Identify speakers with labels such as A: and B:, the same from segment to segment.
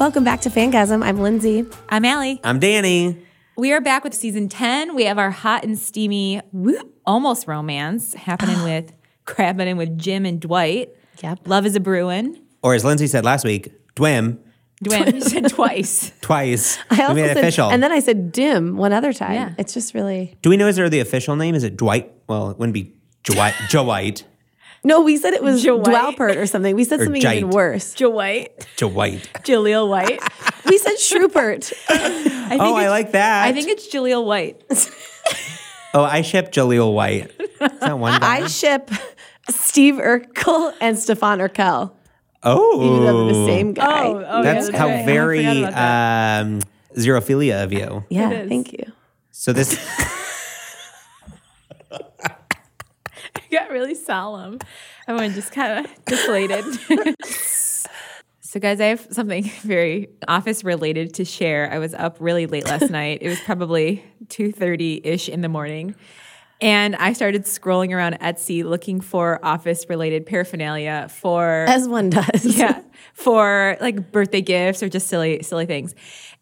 A: Welcome back to Fangasm. I'm Lindsay.
B: I'm Allie.
C: I'm Danny.
B: We are back with season 10. We have our hot and steamy almost romance happening with Crabbin and with Jim and Dwight.
A: Yep.
B: Love is a Bruin.
C: Or as Lindsay said last week, Dwim,
B: Dwin you said twice.
C: twice.
A: I
C: we made it
A: said,
C: official.
A: and then I said dim one other time.
B: Yeah.
A: It's just really
C: Do we know is there the official name? Is it Dwight? Well, it wouldn't be Dwight. Dwight.
A: no. We said it was
B: Dwight.
A: Dwalpert or something. We said
C: Or
A: something even
C: Jite.
A: worse.
B: Dwight.
C: Dwight.
B: Jaleel White.
A: We said Shroopert.
B: I think
C: Oh, I
B: it's-
C: like that.
B: I think it's Jaleel White.
C: Oh, I ship Jaleel White. Is that one guy?
A: I ship Steve Urkel and Stefan Urkel.
C: oh.
A: Even though they're the same guy.
B: oh
C: That's how
B: right. I
C: very
B: forgot about that.
C: um, xerophilia of you.
B: It
A: yeah.
B: is.
A: Thank you.
C: So this,
B: got really solemn. Everyone just kind of deflated. so, guys, I have something very office related to share. I was up really late last night. It was probably two thirty ish in the morning. And I started scrolling around Etsy looking for office related paraphernalia for
A: As one does.
B: yeah for like birthday gifts or just silly silly things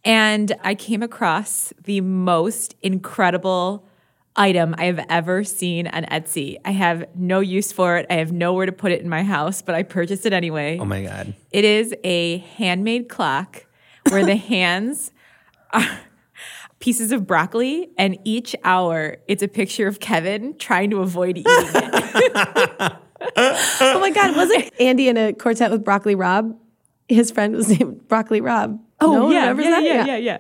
B: and i came across the most incredible item i have ever seen on etsy i have no use for it i have nowhere to put it in my house but i purchased it anyway
C: oh my god,
B: it is a handmade clock where the hands are pieces of broccoli and each hour it's a picture of kevin trying to avoid eating it
A: Oh my God. Wasn't Andy in a quartet with Broccoli Rob? His friend was named Broccoli Rob. Oh no one
B: yeah,
A: remembers
B: yeah,
A: that?
B: yeah, yeah, yeah.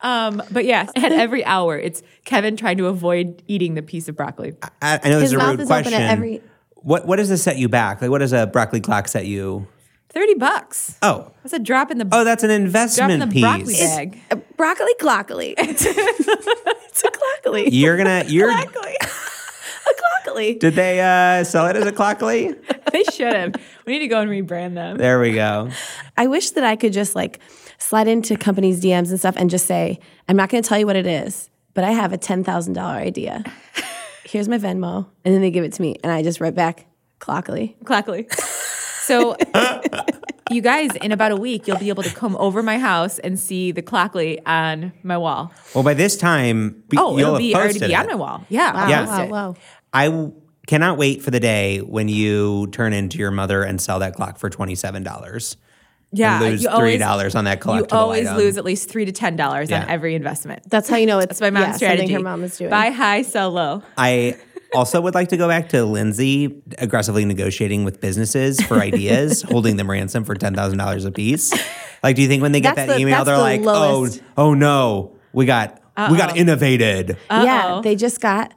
B: Um, but yes, at every hour, it's Kevin trying to avoid eating the piece of broccoli.
C: I, I know
A: His
C: this is a
A: mouth
C: rude
A: is open at
C: question.
A: every-
C: What what does this set you back? Like, what does a broccoli clock set you?
B: Thirty bucks.
C: Oh,
B: That's a drop in the
C: oh, that's an
B: drop in
C: investment
B: the
C: piece.
B: broccoli bag.
A: Uh, Broccoli Clockly. it's a Clockly.
C: You're gonna you're.
A: A Clockly.
C: Did they uh, sell it as a clockly?
B: they should have. We need to go and rebrand them.
C: There we go.
A: I wish that I could just like slide into companies' DMs and stuff and just say, I'm not going to tell you what it is, but I have a $10,000 idea. Here's my Venmo. And then they give it to me. And I just write back, Clockly.
B: Clackley. So, you guys, in about a week, you'll be able to come over my house and see the Clackley on my wall.
C: Well, by this time, be-
B: Oh,
C: you'll
B: it'll
C: have
B: be already
C: posted
B: be
C: it.
B: on my wall. Yeah. I'll
C: Yeah.
B: post
A: Wow,
B: it.
A: wow.
C: I w- cannot wait for the day when you turn into your mother and sell that clock for twenty seven dollars.
B: Yeah.
C: lose
B: you always-
C: $3 on that
B: You
C: collectible
B: always
C: item.
B: lose at least three to ten dollars
C: Yeah.
B: on every investment.
A: That's how you know it's
B: That's my mom's
A: yeah,
B: strategy.
A: something her mom is doing.
B: Buy high, sell low.
C: I also would like to go back to Lindsay aggressively negotiating with businesses for ideas, holding them ransom for ten thousand dollars a piece. Like, do you think when they get
A: That's
C: that
A: the-
C: email,
A: that's
C: they're
A: the
C: like,
A: lowest.
C: "Oh, oh no, we got we got innovated."
A: Yeah, they just got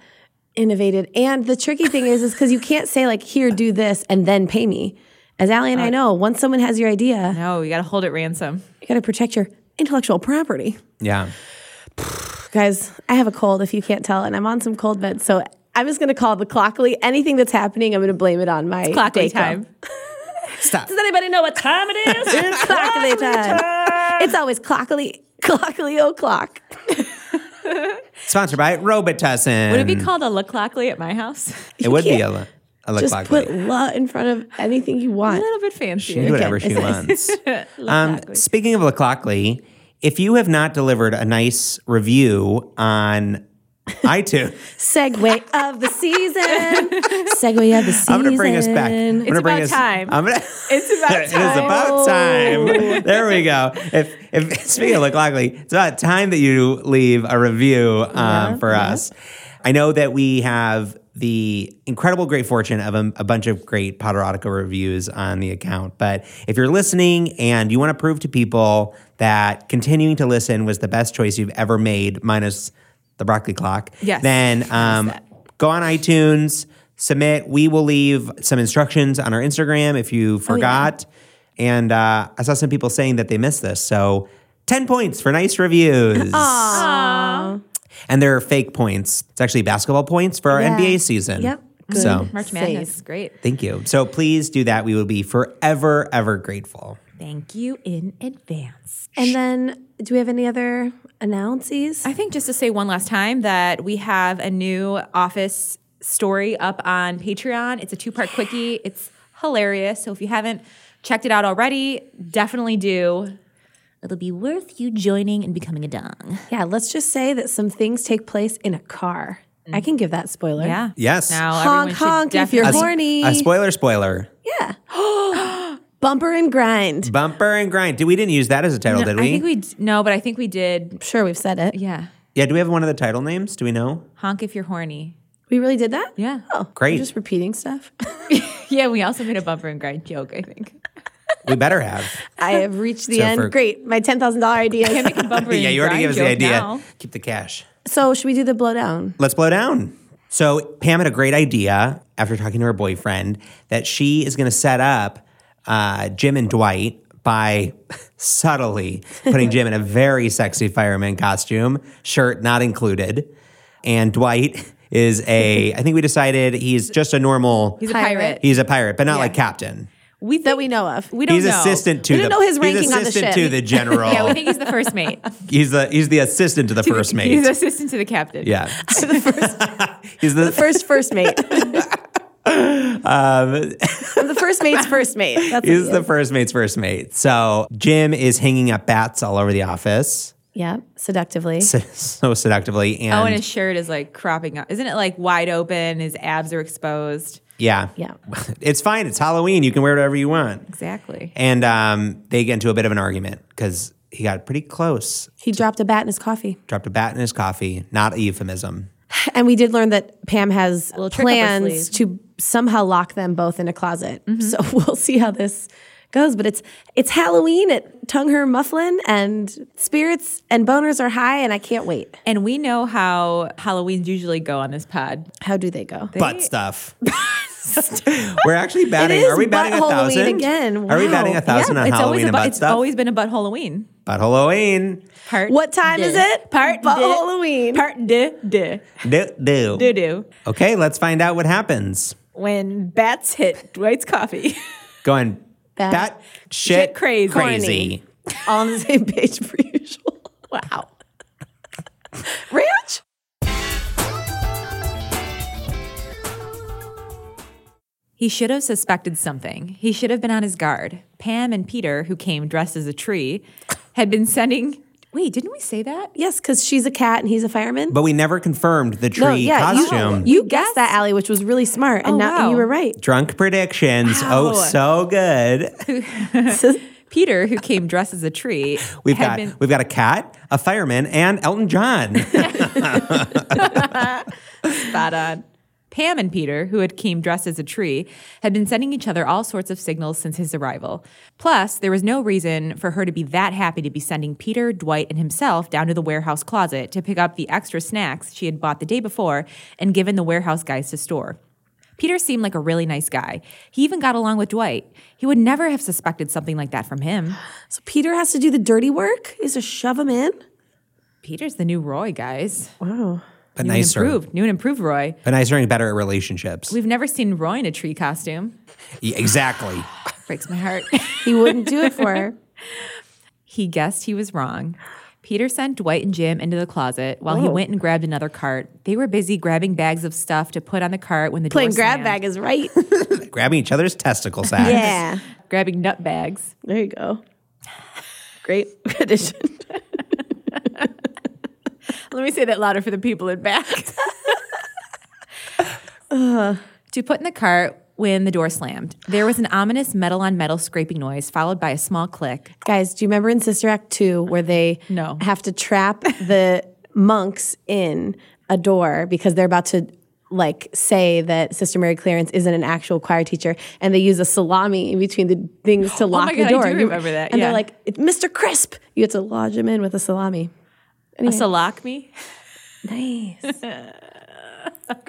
A: innovated. And the tricky thing is, is because you can't say like, here, do this, and then pay me. As Allie and I know, once someone has your idea,
B: No, Oh, you got to hold it ransom.
A: you got to protect your intellectual property.
C: yeah,
A: Guys, I have a cold if you can't tell, and I'm on some cold meds. So I'm just going to call the clockly. Anything that's happening, I'm going to blame it on my
B: Clockly
A: Dayquil.
B: time.
C: stop.
A: Does anybody know what time it is? it's clockly time. It's always clockly, clockly o'clock.
C: Sponsored by Robitussin.
B: Would it be called a La Clockly at my house?
C: It would be
A: can't
C: a, lo- a look
A: Just
C: like
A: put
C: it.
A: la in front of anything you
B: A
A: want.
B: little bit
C: She can do
B: fancier.
C: whatever she
A: It's nice.
C: wants. um, speaking of LaClockley, if you have not delivered a nice review on iTunes,
A: Segway of the season. Segway of the season.
C: I'm gonna bring us back. I'm
B: It's
C: gonna bring
B: about
C: us,
B: time.
C: I'm gonna,
B: It's about
C: it is about time. There we go. If if speaking of look likely, it's about time that you leave a review um, for us. I know that we have the incredible great fortune of a, a bunch of great Potterotica reviews on the account. But if you're listening and you want to prove to people that continuing to listen was the best choice you've ever made, minus the broccoli clock,
B: Yes.
C: then um, go on
B: Oh,
C: iTunes, submit. We will leave some instructions on our Instagram if you forgot. And uh, I saw some people saying that they missed this. So 10 points for nice reviews. And there are fake points. It's actually basketball points for our
A: Yeah.
C: NBA season.
A: Yep.
C: So
B: March
A: Save.
B: Madness. Great.
C: thank you. So please do that. We will be forever, ever grateful.
B: Thank you in advance.
A: And then, do we have any other announces?
B: I think just to say one last time that we have a new office story up on Patreon. It's a two part quickie. It's hilarious. So if you haven't checked it out already, definitely do. It'll be worth you joining and becoming a dong.
A: Yeah, let's just say that some things take place in a car. I can give that spoiler.
B: Mm. Yeah.
C: Yes.
B: Now everyone
A: Honk,
B: should
A: honk if
B: definitely-
A: you're
C: A s-
A: horny.
C: A Uh, spoiler, spoiler.
A: yeah. Bumper and grind.
C: Bumper and grind. Did we didn't use that as a title, did we?
B: I think we d- no, but I think we did.
A: I'm sure we've said it.
B: Yeah.
C: Yeah. Do we have one of the title names? Do we know?
B: Honk if you're horny.
A: We really did that?
B: Yeah.
A: Oh, we're
C: Great.
A: Just repeating stuff.
B: Yeah, we also made a bumper and grind joke, I think.
C: We better have.
A: I have reached the
C: So
A: end.
C: for-
A: Great. My $10,000 idea.
B: Bumper
C: yeah,
B: and
C: you already
B: grind
C: gave us the
B: joke
C: idea.
B: now.
C: Keep the cash.
A: so, should we do the blowdown?
C: Let's blow down. So Pam had a great idea after talking to her boyfriend that she is going to set up uh, Jim and Dwight by subtly putting Jim in a very sexy fireman costume, shirt not included, and Dwight is a. I think we decided he's just a normal.
B: He's a pirate.
C: He's a pirate, but not like captain.
B: we think,
A: That we know of.
B: we don't
C: he's
B: know.
C: assistant to
A: We don't
C: the
A: know his
C: he's
A: ranking on the
C: assistant
A: ship.
C: to the general.
B: Yeah, we think he's the first mate.
C: he's the he's the assistant to the first mate.
B: He's assistant to the captain.
C: yeah, he's the,
A: First, first mate. I'm the first mate's first mate. That's what
C: Um, He's
A: he
C: the
A: is.
C: first mate's first mate. So Jim is hanging up bats all over the office
A: Yeah, seductively.
C: so, so seductively, and,
B: Oh, and his shirt is like cropping up. Isn't it like wide open? His abs are exposed.
C: yeah,
A: Yeah.
C: it's fine. It's Halloween. You can wear whatever you want.
B: Exactly.
C: And um, they get into a bit of an argument because he got pretty close,
A: He dropped a bat in his coffee.
C: dropped a bat in his coffee. Not a euphemism.
A: And we did learn that Pam has
B: trick up her
A: plans to somehow lock them both in a closet. So we'll see how this goes. But it's it's Halloween at Tongue Her Mufflin, and spirits and boners are high, and I can't wait.
B: And we know how Halloweens usually go on this pod.
A: How do they go?
C: Butt stuff. We're actually batting.
A: is
C: Are we batting a
A: butt Halloween
C: thousand
A: again.
C: Are we
A: Wow.
C: batting a thousand on
B: it's
C: Halloween
B: always a
C: and
B: bu-
C: butt
B: it's
C: stuff?
B: always been a butt Halloween.
C: butt Halloween.
B: Part
A: What time is it?
B: Part
A: Butt
B: de-
A: Halloween.
B: Part de de
C: Do do.
B: do do.
C: Okay, let's find out what happens.
B: When bats hit Dwight's coffee.
C: going
A: Bat-
C: bat shit,
B: shit crazy.
C: crazy.
A: All on the same page per usual. Wow. Ranch?
B: He should have suspected something. He should have been on his guard. Pam and Peter, who came dressed as a tree, had been sending. Wait, didn't we say that?
A: Yes, because she's a cat and he's a fireman.
C: But we never confirmed the tree
A: No, yeah, you-
C: costume.
A: You, guessed that, Allie, which was really smart, and
B: Oh,
A: now
B: wow.
A: you were right.
C: Drunk predictions. Oh,
B: Wow.
C: so good.
B: Peter, who came dressed as a tree,
C: We've
B: had
C: got
B: been.
C: we've got a cat, a fireman, and Elton John.
B: Spot on. uh, Pam and Peter, who had came dressed as a tree, had been sending each other all sorts of signals since his arrival. Plus, there was no reason for her to be that happy to be sending Peter, Dwight, and himself down to the warehouse closet to pick up the extra snacks she had bought the day before and given the warehouse guys to store. Peter seemed like a really nice guy. He even got along with Dwight. He would never have suspected something like that from him.
A: So Peter has to do the dirty work? Is to shove him in?
B: Peter's the new Roy, guys.
C: but
B: New
C: nicer.
B: and improved, new and improved Roy.
C: But nicer and better at relationships.
B: We've never seen Roy in a tree costume.
C: Yeah, exactly.
B: Breaks my heart.
A: He wouldn't do it for her.
B: He guessed he was wrong. Peter sent Dwight and Jim into the closet while he went and grabbed another cart. They were busy grabbing bags of stuff to put on the cart when the
A: Playing
B: door
A: grab
B: slammed.
A: bag is right.
C: Grabbing each other's testicle sacks.
A: yeah.
B: grabbing nut bags.
A: There you go. Great addition.
B: Let me say that louder for the people in back. to put in the cart when the door slammed. There was an ominous metal on metal scraping noise followed by a small click.
A: Guys, do you remember in Sister Act 2 where they
B: No.
A: have to trap the monks in a door because they're about to like say that Sister Mary Clarence isn't an actual choir teacher and they use a salami in between the things to lock
B: Oh my God, I
A: the door.
B: do
A: You-
B: remember that,
A: And
B: yeah.
A: they're like, "It's Mr. Crisp, you have to lodge him in with a salami.
B: A salak me.
A: Nice.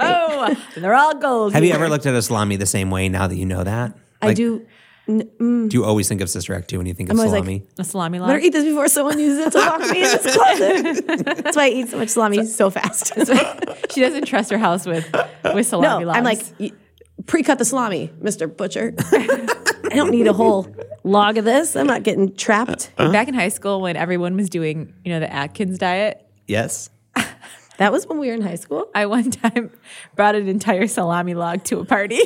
B: Oh, they're all gold.
C: Have you ever looked at a salami the same way now that you know that?
A: I
C: Like,
A: do
C: Do you always think of Sister Act 2 when you think of
A: I'm always like-
C: salami?
B: A salami
A: Better
B: log.
A: eat this before someone uses it to lock me in this closet. That's why I eat so much salami so fast.
B: she doesn't trust her house with with
A: no,
B: salami logs.
A: I'm like, "You- pre-cut the salami, Mr. Butcher. I don't need a whole log of this. I'm not getting trapped.
B: back in high school when everyone was doing, you know, the Atkins diet.
C: yes.
A: That was when we were in high school.
B: I one time brought an entire salami log to a party.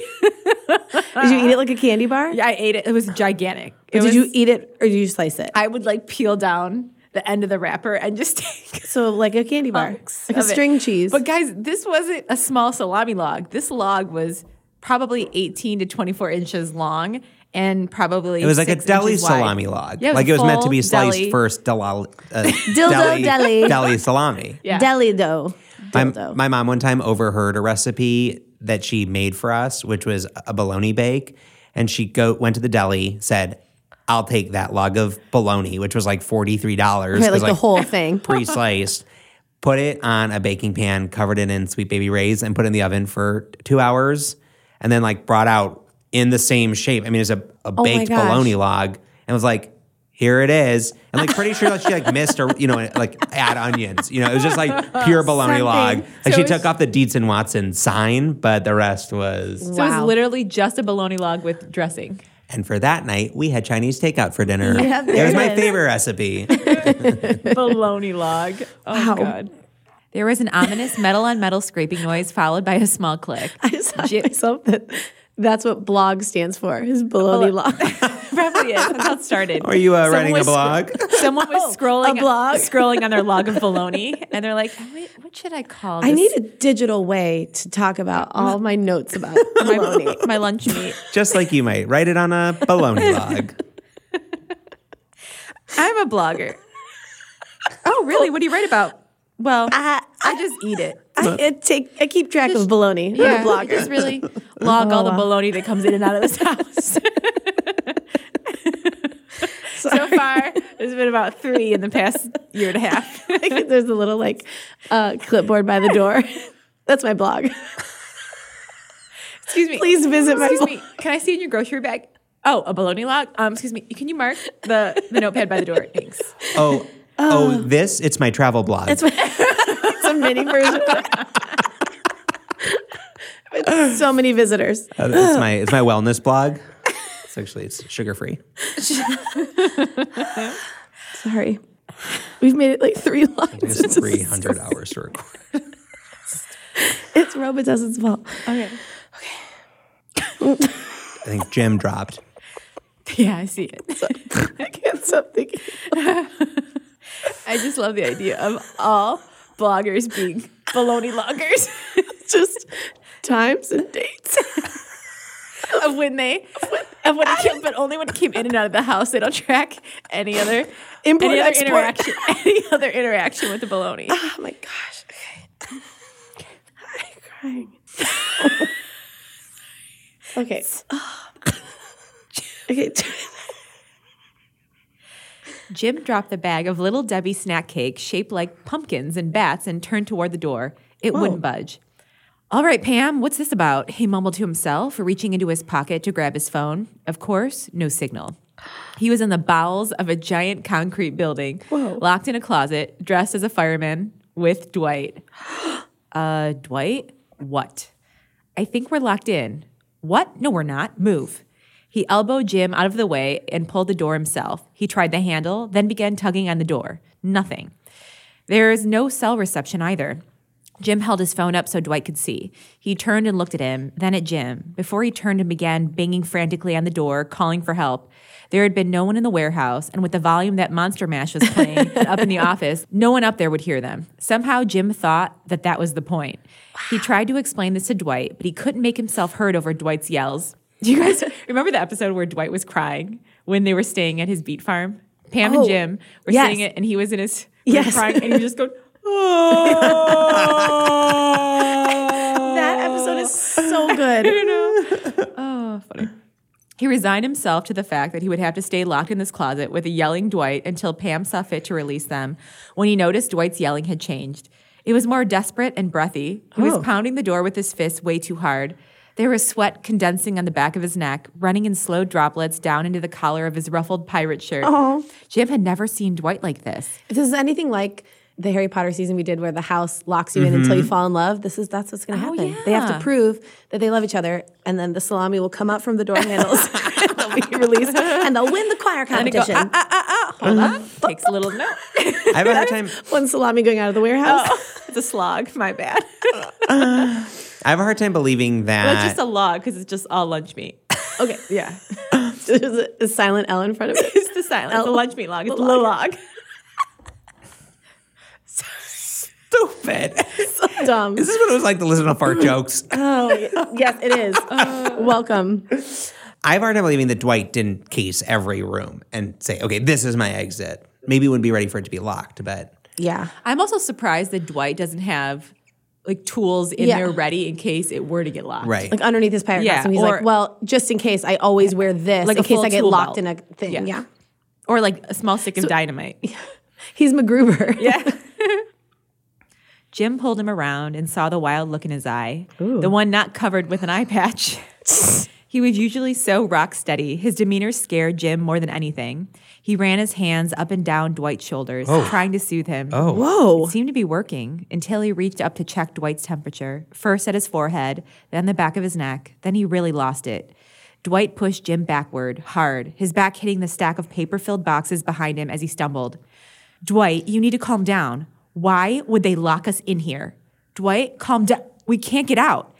A: Did you eat it like a candy bar?
B: I ate it. It was gigantic. It
A: Or did
B: was-
A: you eat Uh-huh. it or did you slice it?
B: I would like peel down the end of the wrapper and just take
A: So like a candy bar,
B: chunks
A: like a
B: of it.
A: string cheese.
B: But guys, this wasn't a small salami log. This log was probably 18 to 24 inches long and probably
C: It was like a
B: six
C: deli
B: inches wide.
C: salami log.
B: Yeah, it was
C: like it was meant to be
B: full
C: sliced
B: deli.
C: first delal, uh,
A: Dildo deli.
C: deli salami.
B: Yeah.
A: Deli dough.
C: My,
A: Dildo.
C: my mom one time overheard a recipe that she made for us, which was a bologna bake. And she go went to the deli, said, I'll take that log of bologna, which was like $43. It
A: Right,
C: was
A: like the whole thing.
C: pre sliced, put it on a baking pan, covered it in sweet baby rays, and put it in the oven for two hours, and then like brought out in the same shape. I mean, it's a, a baked
A: Oh gosh.
C: bologna log, and was like, here it is. And like pretty sure that she like missed or you know like add onions. You know, it was just like pure bologna
A: Something.
C: log. Like
B: So
C: she
B: it
C: took
B: was-
C: off the Dietz and Watson sign, but the rest was.
B: So it
A: Wow.
B: was literally just a bologna log with dressing.
C: And for that night, we had Chinese takeout for dinner.
A: Yeah,
C: it
A: there
C: was my
A: it is.
C: favorite recipe.
B: bologna log. Oh god. There was an ominous metal on metal scraping noise followed by a small click.
A: I just thought to myself that that's what blog stands for. Is bologna log.
B: Probably is. That's how it started. Oh,
C: Are you uh,
B: Someone
C: writing a
B: was scr-
C: blog?
B: Someone was scrolling
A: a blog?
B: scrolling on their log of bologna, and they're like, Wait, "What should I call?" This?
A: I need a digital way to talk about all my notes about bologna.
B: my lunch meat.
C: just like you might write it on a bologna log.
B: I'm a blogger. Oh, really? What do you write about? Ah, Well,
A: I,
B: I just eat it.
A: I, I take I keep track of bologna.
B: Yeah, Oh.
A: I'm a blogger.
B: just really log all the bologna that comes in and out of this house. so far, there's been about three in the past year and a half.
A: There's a little like uh, clipboard by the door. That's my blog.
B: Excuse me.
A: Please visit my
B: Excuse
A: blog.
B: me. Can I see in your grocery bag? Oh, a bologna log. Um, excuse me. Can you mark the, the notepad by the door? Thanks.
C: Oh, oh, this it's my travel blog.
A: It's, my, it's a mini version. With so many visitors.
C: Uh, it's my it's my wellness blog. It's actually it's sugar free.
A: Sorry. We've made it like three lines.
C: It's three hundred hours to record.
A: It's Robitussin's fault.
B: Okay.
C: I think Jim dropped.
B: Yeah, I see it.
A: I can't stop thinking.
B: I just love the idea of all bloggers being bologna loggers
A: Just times and dates.
B: of when they of when it came, but only when it came in and out of the house. They don't track any other
A: Import,
B: any other
A: export.
B: interaction any other interaction with the bologna.
A: Oh my gosh. Okay. I'm crying. okay. okay.
B: Jim dropped the bag of little Debbie snack cake shaped like pumpkins and bats and turned toward the door. It wouldn't budge. All right, Pam, what's this about? He mumbled to himself, reaching into his pocket to grab his phone. Of course, no signal. He was in the bowels of a giant concrete building, locked in a closet, dressed as a fireman with Dwight. Uh, Dwight? What? I think we're locked in. What? No, we're not. Move. He elbowed Jim out of the way and pulled the door himself. He tried the handle, then began tugging on the door. Nothing. There is no cell reception either. Jim held his phone up so Dwight could see. He turned and looked at him, then at Jim, before he turned and began banging frantically on the door, calling for help. There had been no one in the warehouse, and with the volume that Monster Mash was playing up in the office, no one up there would hear them. Somehow, Jim thought that that was the point. He tried to explain this to Dwight, but he couldn't make himself heard over Dwight's yells. Do you guys remember the episode where Dwight was crying when they were staying at his beet farm? Pam
A: Oh,
B: and Jim were
A: yes.
B: sitting at, and he was in his
A: Yes.
B: crying, and he was just going, oh.
A: That episode is so good.
B: You know? Oh, funny. He resigned himself to the fact that he would have to stay locked in this closet with a yelling Dwight until Pam saw fit to release them when he noticed Dwight's yelling had Oh. changed. It was more desperate and breathy. He was pounding the door with his fists way too hard. There was sweat condensing on the back of his neck, running in slow droplets down into the collar of his ruffled pirate shirt. Jim had never seen Dwight like this.
A: If this is anything like the Harry Potter season we did where the house locks you in until you fall in love, this is that's what's gonna happen. They have to
B: Mm-hmm. Oh, yeah.
A: prove that they love each other, and then the salami will come out from the door handles. they'll be released, and they'll win the choir competition.
B: "Ah, Hold up. Takes a little note.
C: I have a hard time.
A: One salami going out of the warehouse.
B: Oh, it's a slog. My bad.
C: I have a hard time believing
B: That's
C: that.
B: just a log because it's just all lunch meat.
A: Okay, yeah. There's a, a silent L in front of it.
B: It's the silent. It's a lunch meat log. It's a
A: Log.
B: log.
C: stupid.
A: Dumb.
C: This is what it was like to listen to fart jokes.
A: Oh, y- yes, it is.
B: Uh.
A: Welcome.
C: I have a hard time believing that Dwight didn't case every room and say, okay, this is my exit. Maybe he wouldn't be ready for it to be locked, but
A: Yeah.
B: I'm also surprised that Dwight doesn't have like tools in
A: Yeah.
B: there ready in case it were to get locked.
C: right.
A: Like underneath his pirate
B: Yeah,
A: costume, he's
B: or-
A: like, well, just in case, I always wear this
B: Like a
A: in case
B: full
A: I get
B: tool
A: locked in a
B: belt.
A: thing.
B: Yeah.
A: Yeah.
B: Or like a small stick of dynamite.
A: He's MacGruber. Yeah.
B: Jim pulled him around and saw the wild look in his eye, the one not covered with an eye patch. he was usually so rock steady. His demeanor scared Jim more than anything. He ran his hands up and down Dwight's shoulders, trying to soothe him. Oh.
A: Whoa.
B: It seemed to be working until he reached up to check Dwight's temperature, first at his forehead, then the back of his neck. Then he really lost it. Dwight pushed Jim backward, hard, his back hitting the stack of paper filled boxes behind him as he stumbled. Dwight, you need to calm down. Why would they lock us in here? Dwight, calm down. We can't get out.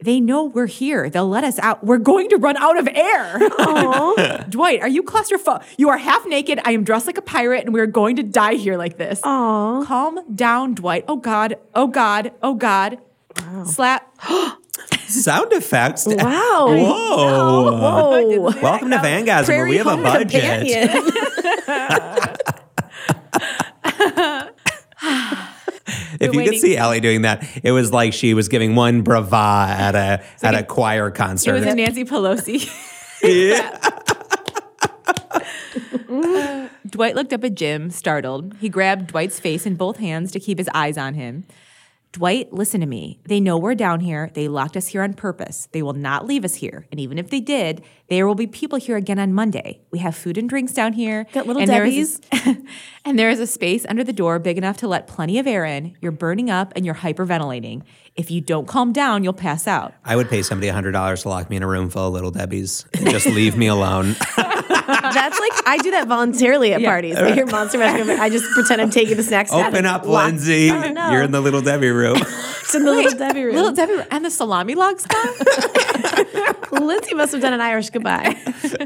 B: They know we're here. They'll let us out. We're going to run out of air. Dwight, are you claustrophobic? You are half naked. I am dressed like a pirate, and we are going to die here like this. Aww. Calm down, Dwight. Oh God. Oh God. Oh God. Slap.
C: Sound effects.
A: Wow. Oh,
C: Whoa.
A: Whoa.
C: Welcome to Vangasm, where we have a budget. If you could
B: waiting.
C: see Ellie doing that, it was like she was giving one brava at a at a choir concert.
B: It was a Nancy Pelosi.
C: Yeah.
B: Dwight looked up at Jim, startled. He grabbed Dwight's face in both hands to keep his eyes on him. Dwight, listen to me. They know we're down here. They locked us here on purpose. They will not leave us here. And even if they did, there will be people here again on Monday. We have food and drinks down here.
A: Got little
B: and There is a, and there is a space under the door big enough to let plenty of air in. You're burning up and you're hyperventilating. If you don't calm down, you'll pass out.
C: I would pay somebody hundred dollars to lock me in a room full of little Debbies and just leave me alone.
A: That's like I do that voluntarily at parties. I hear Monster Mash come in, I just pretend I'm taking the snacks. out
C: Open
A: and
C: up,
A: lock-
C: Lindsay.
A: Oh, no.
C: You're in the little Debbie room.
A: It's in the little Debbie room.
B: Little Debbie and the salami logs gone?
A: Lindsay must have done an Irish goodbye.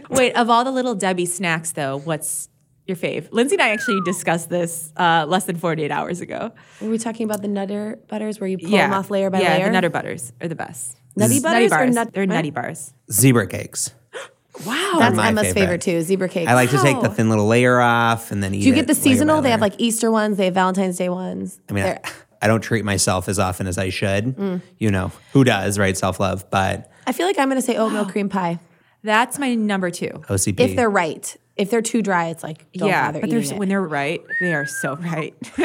B: Wait, of all the little Debbie snacks, though, what's your fave? Lindsay and I actually discussed this uh, less than 48 hours ago.
A: Were we talking about the Nutter Butters where you pull them off layer by
B: yeah,
A: layer?
B: the Nutter Butters are the best.
A: Nutty
B: nutty
A: Butters or
B: bars.
A: Nut-
B: They're nutty bars.
C: Zebra cakes.
B: Wow.
A: That's
C: my
A: Emma's favorite.
C: favorite.
A: too, zebra cake.
C: I like to take the
B: Wow.
C: thin little layer off and then eat
A: Do you
C: it
A: get the
C: layer by
A: seasonal? They have
C: layer.
A: like Easter ones, they have Valentine's Day ones.
C: I mean, I,
A: They're-
C: I don't treat myself as often as I should. You know, who does, right? Self love, but
A: I feel like I'm going to say oatmeal cream pie
B: That's my number two.
C: OCP.
A: if they're right. If they're too dry, it's like don't
B: yeah,
A: bother
B: but
A: eating
B: they're,
A: it.
B: when they're right, they are so right.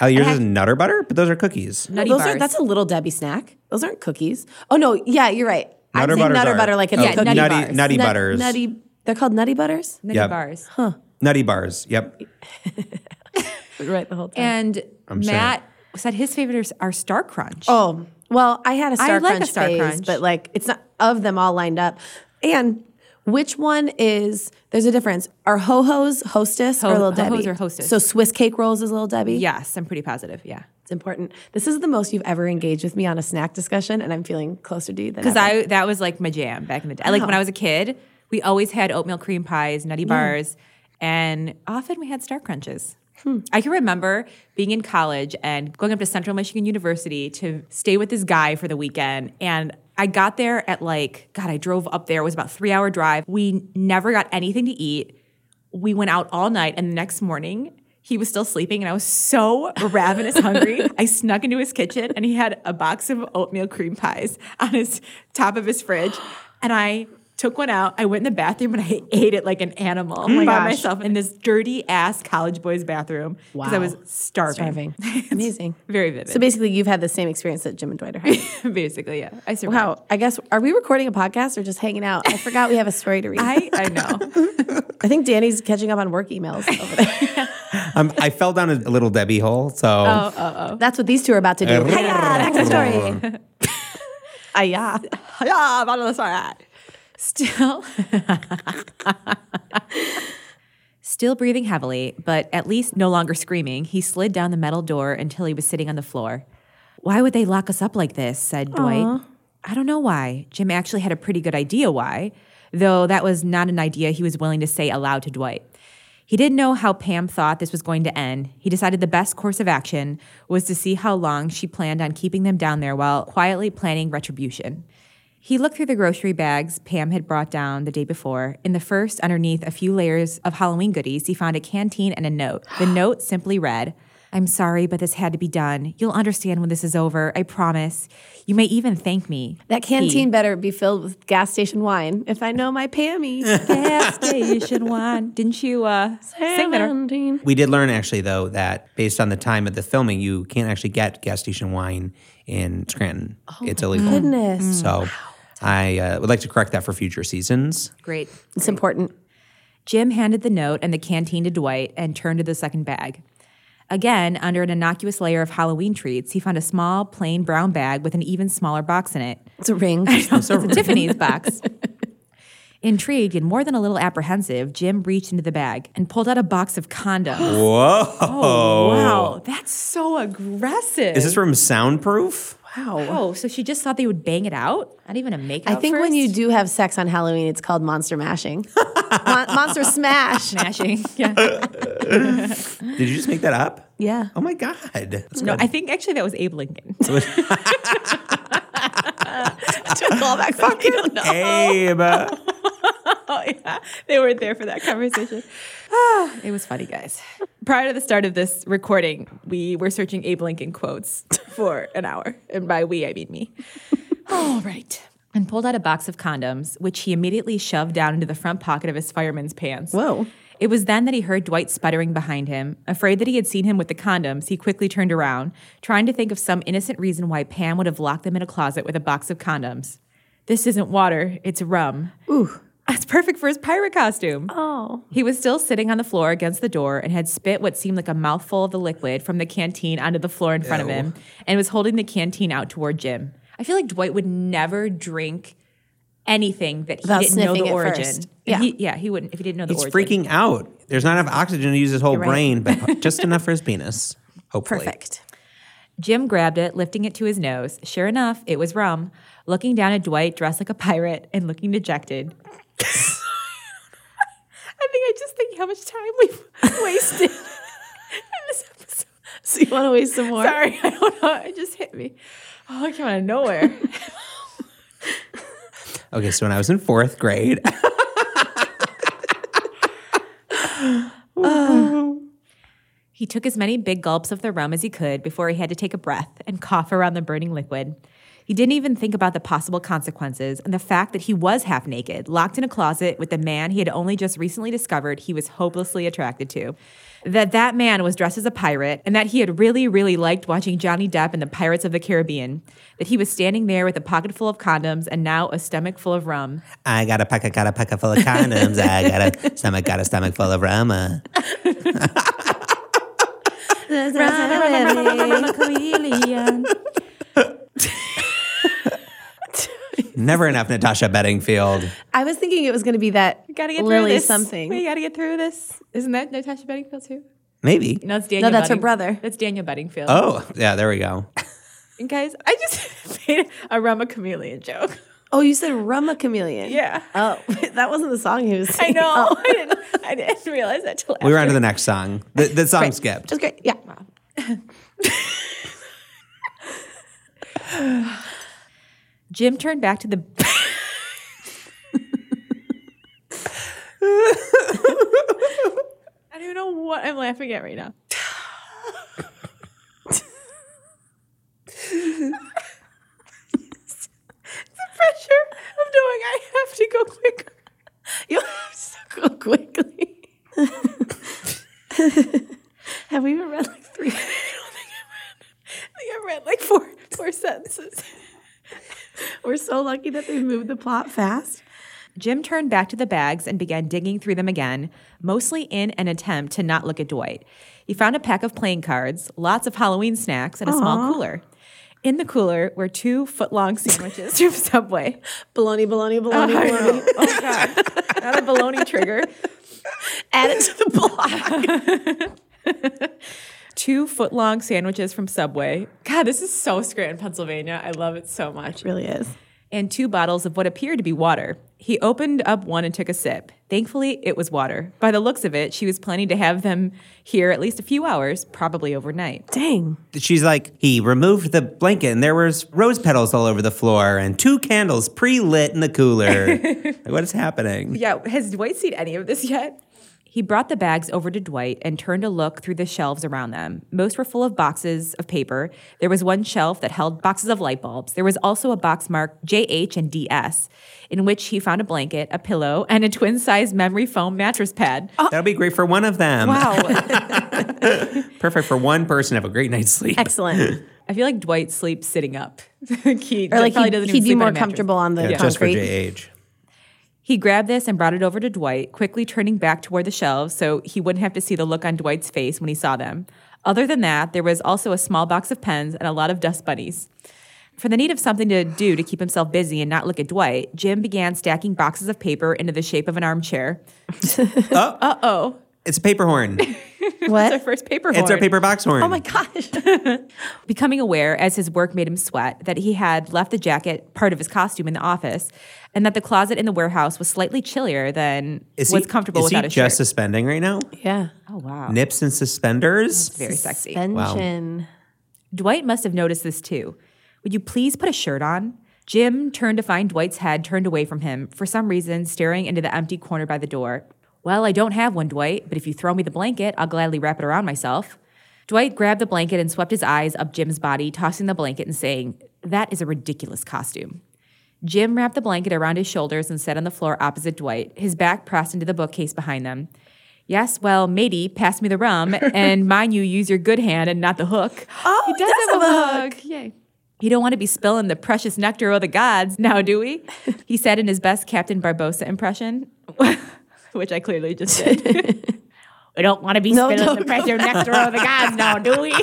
C: oh, yours is nutter butter, but those are cookies.
B: nutty
A: those
B: bars.
A: Are, that's a little Debbie snack. Those aren't cookies. Oh no, yeah, you're right.
C: Nutter
A: I'm saying
C: butters
A: nutter
C: are-
A: butter like it's
C: oh,
A: a cookie.
C: nutty-
A: bars.
C: nutty butters.
A: Nutty. They're called nutty butters.
B: nutty
C: Yep.
B: bars.
C: Nutty bars. Yep.
A: Right, the whole time.
B: And
C: saying-
B: Matt said his favorites are Star Crunch.
A: oh, well, I had a star
B: like a
A: crunch
B: Star
A: phase,
B: Crunch.
A: but like it's not of them all lined up. And which one is? There's a difference. Are ho hos hostess or little
B: Ho-Hos
A: Debbie?
B: are Hostess.
A: So Swiss cake rolls is little Debbie.
B: Yes, I'm pretty positive. Yeah.
A: it's important. This is the most you've ever engaged with me on a snack discussion, and I'm feeling closer to you than
B: Because
A: ever.
B: I that was like my jam back in the day. Like when I was a kid, we always had oatmeal cream pies, nutty bars, and often we had star crunches. I can remember being in college and going up to Central Michigan University to stay with this guy for the weekend. And I got there at like, God, I drove up there. It was about three hour drive. We never got anything to eat. We went out all night and the next morning he was still sleeping and I was so ravenous hungry. I snuck into his kitchen and he had a box of oatmeal cream pies on his top of his fridge. And I took one out. I went in the bathroom and I ate it like an animal
A: Mm.
B: oh my by
D: gosh.
B: myself in this dirty ass college boys bathroom because I
A: Wow.
B: was starving.
A: Starving. Amazing.
B: Very vivid.
A: So basically, you've had the same experience that Jim and Dwight are having.
B: basically, yeah. I survived.
A: Wow. I guess, are we recording a podcast or just hanging out? I forgot we have a story to read. I,
B: I, I know.
A: think Danny's catching up on work emails over there.
C: Um, I fell down a little Debbie hole, so
A: Oh. That's what these two are about to do. Hiya, back to the story.
B: yeah. Yeah, about to start. Still Still breathing heavily, but at least no longer screaming, he slid down the metal door until he was sitting on the floor. Why would they lock us up like this? said Dwight. I don't know why. Jim actually had a pretty good idea why, though that was not an idea he was willing to say aloud to Dwight. He didn't know how Pam thought this was going to end. He decided the best course of action was to see how long she planned on keeping them down there while quietly planning retribution. He looked through the grocery bags Pam had brought down the day before. In the first, underneath a few layers of Halloween goodies, he found a canteen and a note. The note simply read, I'm sorry, but this had to be done. You'll understand when this is over. I promise. You may even thank me.
A: That canteen better be filled with gas station wine. If I know my Pammy.
B: Gas station one. Didn't you uh, sing that? or-
A: Seventeen.
C: we did learn actually though that based on the time of the filming, you can't actually get gas station wine in Scranton. it's illegal.
A: Oh
C: Mm.
A: goodness.
C: So I uh, would like to correct that for future seasons.
B: Great.
A: It's important.
B: Jim handed the note and the canteen to Dwight and turned to the second bag. Again, under an innocuous layer of Halloween treats, he found a small, plain brown bag with an even smaller box in it.
A: It's a ring.
B: It's a Tiffany's box. Intrigued and more than a little apprehensive, Jim reached into the bag and pulled out a box of condoms.
C: Whoa!
B: Wow, that's so aggressive.
C: Is this from Soundproof?
B: oh, so she just thought they would bang it out? Not even a makeout.
A: I think when
B: first?
A: you do have sex on Halloween, it's called monster mashing. Mon- monster smash.
B: smashing. yeah.
C: Did you just make that up?
A: Yeah.
C: Oh my god! That's
B: No, I think actually that was Abe Lincoln.
A: Fuck you. don't know.
C: Abe.
B: Oh yeah, they were there for that conversation. Ah, it was funny, guys. Prior to the start of this recording, we were searching Abe Lincoln quotes for an hour, and by we I mean me. All right. And pulled out a box of condoms, which he immediately shoved down into the front pocket of his fireman's pants.
A: Whoa.
B: It was then that he heard Dwight sputtering behind him. Afraid that he had seen him with the condoms, he quickly turned around, trying to think of some innocent reason why Pam would have locked them in a closet with a box of condoms. This isn't water, it's rum. Ooh. That's perfect for his pirate costume. Oh. He was still sitting on the floor against the door and had spit what seemed like a mouthful of the liquid from the canteen onto the floor in front of him and was holding the canteen out toward Jim. I feel like Dwight would never drink anything that he
A: Without
B: didn't know
A: sniffing
B: the
A: it
B: origin.
A: first.
B: And
A: Yeah.
B: He, yeah, he wouldn't if he didn't know the
C: He's
B: origin.
C: freaking out. There's not enough oxygen to use his whole
A: right.
C: brain, but just enough for his penis. Hopefully.
A: Perfect.
B: Jim grabbed it, lifting it to his nose. Sure enough, it was rum. Looking down at Dwight, dressed like a pirate and looking dejected. I think I just think how much time we've wasted in this episode.
A: So you want to waste some more?
B: Sorry, I don't know. It just hit me. Oh, I came out of nowhere.
C: Okay, so when I was in fourth grade,
B: He took as many big gulps of the rum as he could before he had to take a breath and cough around the burning liquid. He didn't even think about the possible consequences and the fact that he was half naked, locked in a closet with the man he had only just recently discovered he was hopelessly attracted to. That that man was dressed as a pirate and that he had really really liked watching Johnny Depp and the Pirates of the Caribbean. That he was standing there with a pocket full of condoms and now a stomach full of rum.
C: I got a pocket, got a pocket full of condoms. I got a stomach, got a stomach full of rum. uh. Never enough Natasha Bedingfield.
A: I was thinking it was going to be that
B: We gotta get
A: Lily
B: through this.
A: something.
B: We gotta get through this. Isn't that Natasha Bedingfield too?
C: Maybe.
B: No, it's Daniel.
A: that's her
B: Budding-
A: brother.
B: That's Daniel Bedingfield.
C: Oh, yeah, there we go.
B: And guys, I just made a rum a chameleon joke.
A: Oh, you said Rum a Chameleon.
B: Yeah.
A: Oh, that wasn't the song he was
B: I
A: singing.
B: know. I didn't. I didn't realize that till
C: We were on
B: after.
C: to the next song. The, the song skipped.
A: Just great. Yeah.
B: Jim turned back to the. I don't even know what I'm laughing at right now. it's the pressure of knowing I have to go quick.
A: Have we even read like three?
B: I think I read like four four sentences.
A: We're so lucky that they moved the plot fast.
B: Jim turned back to the bags and began digging through them again, mostly in an attempt to not look at Dwight. He found a pack of playing cards, lots of Halloween snacks, and a small cooler. In the cooler were two foot-long sandwiches from Subway.
A: Baloney, baloney, baloney, baloney.
B: Oh god, not a bologna trigger.
A: Add it to the plot.
B: Two foot-long sandwiches from Subway. God, this is so Scranton, Pennsylvania. I love it so much.
A: really is.
B: and two bottles of what appeared to be water. He opened up one and took a sip. Thankfully, it was water. By the looks of it, she was planning to have them here at least a few hours, probably overnight.
A: Dang.
C: She's like, he removed the blanket and there was rose petals all over the floor and two candles pre-lit in the cooler. like, what is happening?
B: Yeah, has Dwight seen any of this yet? He brought the bags over to Dwight and turned to look through the shelves around them. Most were full of boxes of paper. There was one shelf that held boxes of light bulbs. There was also a box marked JH and DS, in which he found a blanket, a pillow, and a twin sized memory foam mattress pad.
C: That'll be great for one of them.
B: Oh. Wow.
C: Perfect for one person to have a great night's sleep.
A: Excellent.
B: I feel like Dwight sleeps sitting up. he
A: Or like
B: probably
A: he'd,
B: doesn't
A: he'd
B: even
A: be
B: sleep on
A: more
B: a mattress.
A: comfortable on the
C: Yeah,
A: concrete.
C: just for JH.
B: He grabbed this and brought it over to Dwight, quickly turning back toward the shelves so he wouldn't have to see the look on Dwight's face when he saw them. Other than that, there was also a small box of pens and a lot of dust bunnies. For the need of something to do to keep himself busy and not look at Dwight, Jim began stacking boxes of paper into the shape of an armchair.
C: It's a paper horn.
B: That's our
A: What?
B: first paper horn.
C: It's our paper box horn.
A: Oh my gosh.
B: becoming aware as his work made him sweat that he had left the jacket part of his costume in the office and that the closet in the warehouse was slightly chillier than
C: Is
B: was
C: he,
B: comfortable
C: is
B: without
C: he
B: a
C: just
B: shirt.
C: suspending right now?
A: yeah.
B: oh wow.
C: Nips and suspenders?
B: Very sexy.
A: Suspension.
B: Dwight must have noticed this too. Would you please put a shirt on? Jim turned to find Dwight's head turned away from him, for some reason staring into the empty corner by the door. Well, I don't have one, Dwight, but if you throw me the blanket, I'll gladly wrap it around myself. Dwight grabbed the blanket and swept his eyes up Jim's body, tossing the blanket and saying, That is a ridiculous costume. Jim wrapped the blanket around his shoulders and sat on the floor opposite Dwight, his back pressed into the bookcase behind them. Yes, well, matey, pass me the rum, and mind you, use your good hand and not the hook. Oh, he does, have, a hook. Yay. You don't want to be spilling the precious nectar of the gods, now do we? he said in his best Captain Barbosa impression, which I clearly just did. we don't want to be
A: No,
B: spilling the
A: don't
B: precious nectar of the gods, now do we?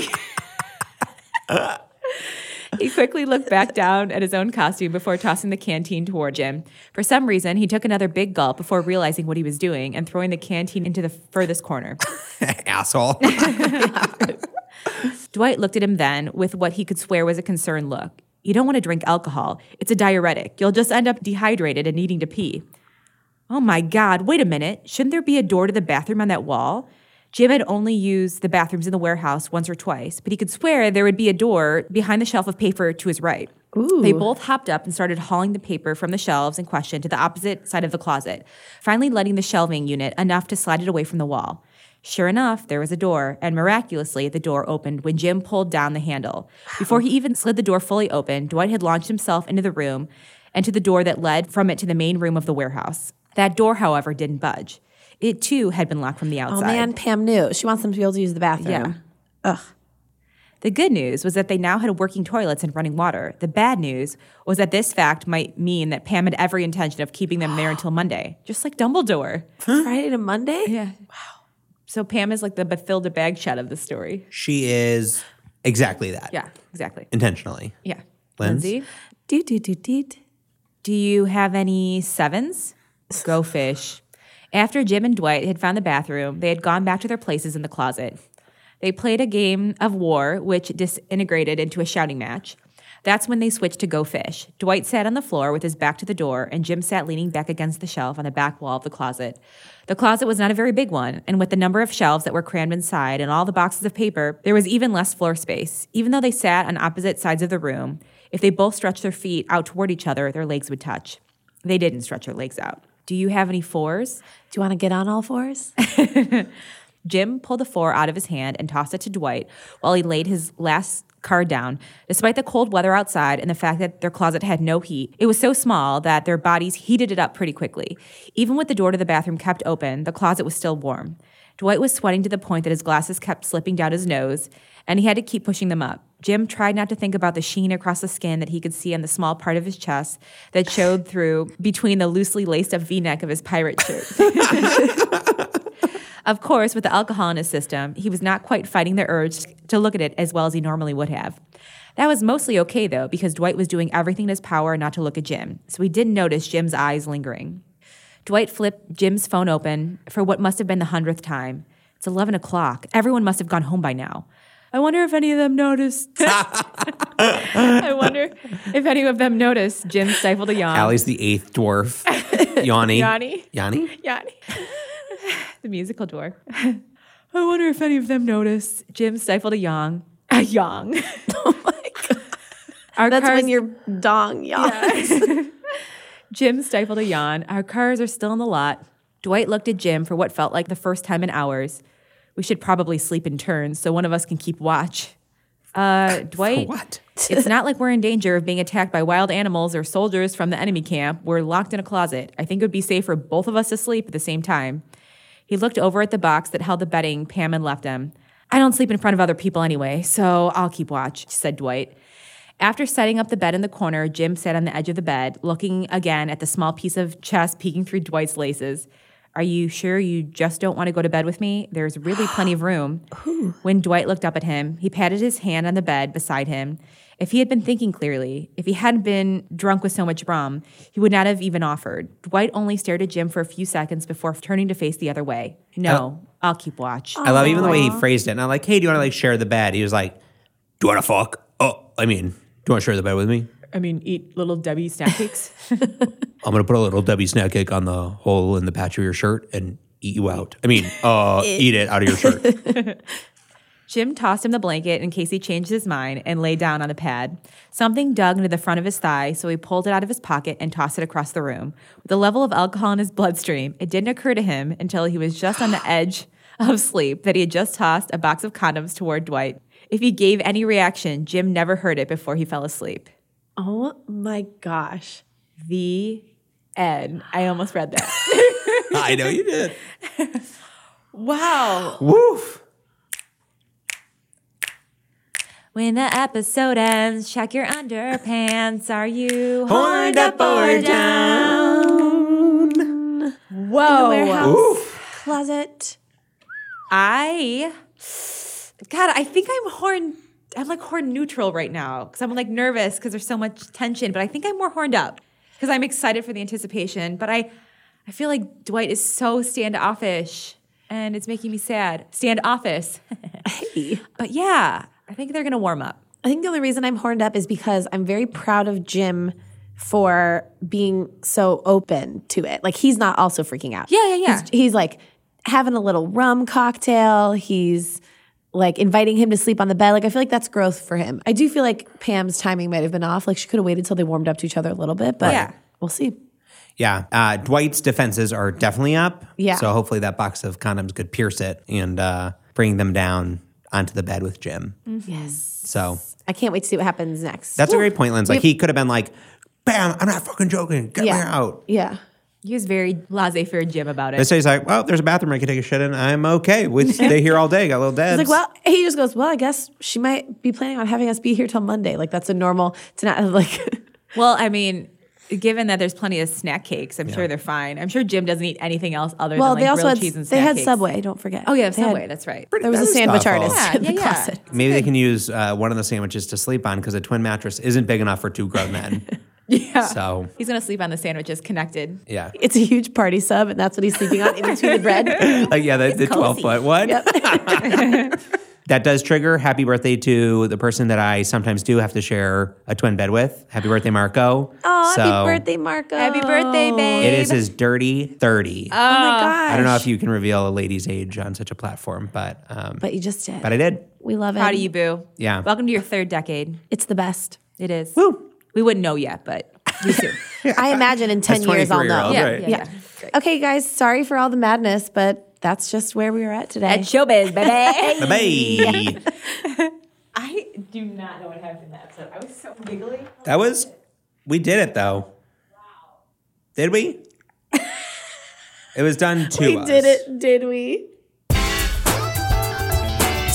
B: He quickly looked back down at his own costume before tossing the canteen toward Jim. For some reason, he took another big gulp before realizing what he was doing and throwing the canteen into the furthest corner.
C: Asshole.
B: Dwight looked at him then with what he could swear was a concerned look. You don't want to drink alcohol. It's a diuretic. You'll just end up dehydrated and needing to pee. Oh my God, wait a minute. Shouldn't there be a door to the bathroom on that wall? Jim had only used the bathrooms in the warehouse once or twice, but he could swear there would be a door behind the shelf of paper to his right. They both hopped up and started hauling the paper from the shelves in question to the opposite side of the closet, finally letting the shelving unit enough to slide it away from the wall. Sure enough, there was a door, and miraculously, the door opened when Jim pulled down the handle. Before he even slid the door fully open, Dwight had launched himself into the room and to the door that led from it to the main room of the warehouse. That door, however, didn't budge. It too had been locked from the
A: Oh
B: outside.
A: man, Pam knew. She wants them to be able to use the bathroom.
B: Yeah.
A: Ugh.
B: The good news was that they now had working toilets and running water. The bad news was that this fact might mean that Pam had every intention of keeping them there until Monday, just like Dumbledore.
A: Friday to Monday?
B: Yeah. Wow. So Pam is like the Bathilda Bagshot of the story.
C: she is exactly that.
B: Yeah, exactly.
C: Intentionally.
B: Yeah.
C: Linz?
B: Lindsay,
A: Do do do deet.
B: do you have any sevens? Go fish. After Jim and Dwight had found the bathroom, they had gone back to their places in the closet. They played a game of war, which disintegrated into a shouting match. That's when they switched to go fish. Dwight sat on the floor with his back to the door, and Jim sat leaning back against the shelf on the back wall of the closet. The closet was not a very big one, and with the number of shelves that were crammed inside and all the boxes of paper, there was even less floor space. Even though they sat on opposite sides of the room, if they both stretched their feet out toward each other, their legs would touch. They didn't stretch their legs out. Do you have any fours?
A: Do you want to get on all fours?
B: Jim pulled the four out of his hand and tossed it to Dwight while he laid his last car down. Despite the cold weather outside and the fact that their closet had no heat, it was so small that their bodies heated it up pretty quickly. Even with the door to the bathroom kept open, the closet was still warm. Dwight was sweating to the point that his glasses kept slipping down his nose, and he had to keep pushing them up. Jim tried not to think about the sheen across the skin that he could see on the small part of his chest that showed through between the loosely laced up v neck of his pirate shirt. of course, with the alcohol in his system, he was not quite fighting the urge to look at it as well as he normally would have. That was mostly okay, though, because Dwight was doing everything in his power not to look at Jim, so he didn't notice Jim's eyes lingering. Dwight flipped Jim's phone open for what must have been the hundredth time. It's 11 o'clock. Everyone must have gone home by now. I wonder if any of them noticed. I wonder if any of them noticed. Jim stifled a yawn.
C: Allie's the eighth dwarf. Yanni.
B: Um, Yanni.
C: Yanni?
B: Yanni. the musical dwarf. I wonder if any of them noticed. Jim stifled a yawn. A yawn. oh my god. Our
A: That's
B: cars,
A: when your dong y'all.
B: Jim stifled a yawn. Our cars are still in the lot. Dwight looked at Jim for what felt like the first time in hours. We should probably sleep in turns so one of us can keep watch. Uh, Dwight,
C: What?
B: it's not like we're in danger of being attacked by wild animals or soldiers from the enemy camp. We're locked in a closet. I think it would be safe for both of us to sleep at the same time. He looked over at the box that held the bedding Pam had left him. I don't sleep in front of other people anyway, so I'll keep watch, said Dwight. After setting up the bed in the corner, Jim sat on the edge of the bed, looking again at the small piece of chest peeking through Dwight's laces. Are you sure you just don't want to go to bed with me? There's really plenty of room. When Dwight looked up at him, he patted his hand on the bed beside him. If he had been thinking clearly, if he hadn't been drunk with so much rum, he would not have even offered. Dwight only stared at Jim for a few seconds before turning to face the other way. No, I'll keep watch.
C: I love even the way he phrased it. Not like, hey, do you want to like share the bed? He was like, do you want to fuck? Oh, I mean, do you want to share the bed with me?
B: I mean, eat little Debbie snack cakes.
C: I'm gonna put a little Debbie snack cake on the hole in the patch of your shirt and eat you out. I mean, uh, eat it out of your shirt.
B: Jim tossed him the blanket in case he changed his mind and lay down on the pad. Something dug into the front of his thigh, so he pulled it out of his pocket and tossed it across the room. With the level of alcohol in his bloodstream, it didn't occur to him until he was just on the edge of sleep that he had just tossed a box of condoms toward Dwight. If he gave any reaction, Jim never heard it before he fell asleep.
A: Oh my gosh.
B: The end. I almost read that.
C: I know you did.
B: wow.
C: Woof.
B: When the episode ends, check your underpants. Are you
C: Horned up or down.
B: Whoa.
C: Oof.
A: Closet.
B: I God, I think I'm horn I'm like horn neutral right now cuz I'm like nervous cuz there's so much tension, but I think I'm more horned up cuz I'm excited for the anticipation, but I I feel like Dwight is so standoffish and it's making me sad. Standoffish. but yeah, I think they're going to warm up.
A: I think the only reason I'm horned up is because I'm very proud of Jim for being so open to it. Like he's not also freaking out.
B: Yeah, yeah, yeah.
A: He's, he's like having a little rum cocktail. He's like inviting him to sleep on the bed. Like I feel like that's growth for him. I do feel like Pam's timing might have been off. Like she could have waited till they warmed up to each other a little bit, but
B: Yeah. Mm-hmm.
A: we'll see.
C: Yeah. Uh, Dwight's defenses are definitely up.
A: Yeah.
C: So hopefully that box of condoms could pierce it and uh, bring them down onto the bed with Jim.
A: Yes.
C: So
A: I can't wait to see what happens next.
C: that's a great point, Lens. Like he could have been like, "Bam! I'm not fucking joking. Get
A: Yeah.
C: me out."
A: yeah.
B: He was very laissez-faire Jim about
C: But
B: it.
C: so he's like, "Well, there's a bathroom I could take a shit in. I'm okay. We stay here all day. Got little dead."
A: It's like, well, he just goes, well, I guess she might be planning on having us be here till Monday. Like that's a normal to not like.
B: Well, I mean, given that there's plenty of snack cakes, I'm sure they're fine. I'm sure Jim doesn't eat anything else other
A: well,
B: than like
A: they also
B: grilled
A: had
B: cheese and snack
A: they had
B: cakes.
A: Subway. Don't forget.
B: Oh yeah,
A: They had-
B: Subway. that's right.
A: There was a
C: Pretty
A: sandwich
C: stuff, all.
A: artist
B: Yeah,
A: in the
B: yeah, yeah.
A: closet.
C: Maybe they can use uh, one of the sandwiches to sleep on because a twin mattress isn't big enough for two grown men.
B: Yeah.
C: So
B: He's gonna sleep on the sandwiches connected.
C: yeah,
A: It's a huge party sub, and that's what he's sleeping on in between the bread.
C: like Uh, yeah, the, the twelve foot one. that does trigger happy birthday to the person that I sometimes do have to share a twin bed with. Happy birthday, Marco.
A: Oh,
C: So,
A: happy birthday, Marco!
B: Happy birthday, babe. Uh,
C: It is his dirty thirty.
A: Oh my gosh!
C: I don't know if you can reveal a lady's age on such a platform, but um, but,
A: but you just did.
C: I did.
A: we love it.
B: Proud of you, boo.
C: Yeah.
B: Welcome to your third decade.
A: It's the best.
B: It is. We wouldn't know yet, but you soon.
A: I imagine in ten years I'll
C: 23-year-old,
A: know.
C: Yeah,
B: yeah,
C: right.
B: yeah,
A: Yeah.
B: yeah.
A: Okay, guys. Sorry for all the madness, but that's just where we were at today.
B: At showbiz, baby.
C: Bye.
B: I do not know what happened in that episode. I was so giggly.
C: That was, we did it though. Did we? it was done to
A: We
C: us.
A: did it, did we?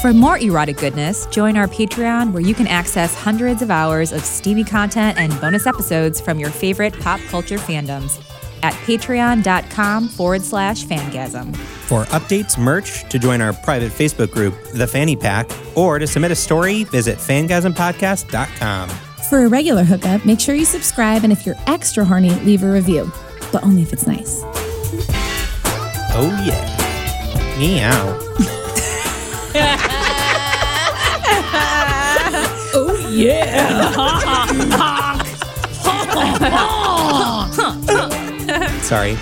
B: For more erotic goodness, join our Patreon where you can access hundreds of hours of steamy content and bonus episodes from your favorite pop culture fandoms at patreon.com forward slash fangasm.
C: For updates, merch, to join our private Facebook group, The Fanny Pack, or to submit a story, visit fangasmpodcast.com.
E: For a regular hookup, make sure you subscribe and if you're extra horny, leave a review, but only if it's nice.
C: Oh, yeah. Meow. oh, yeah. Sorry.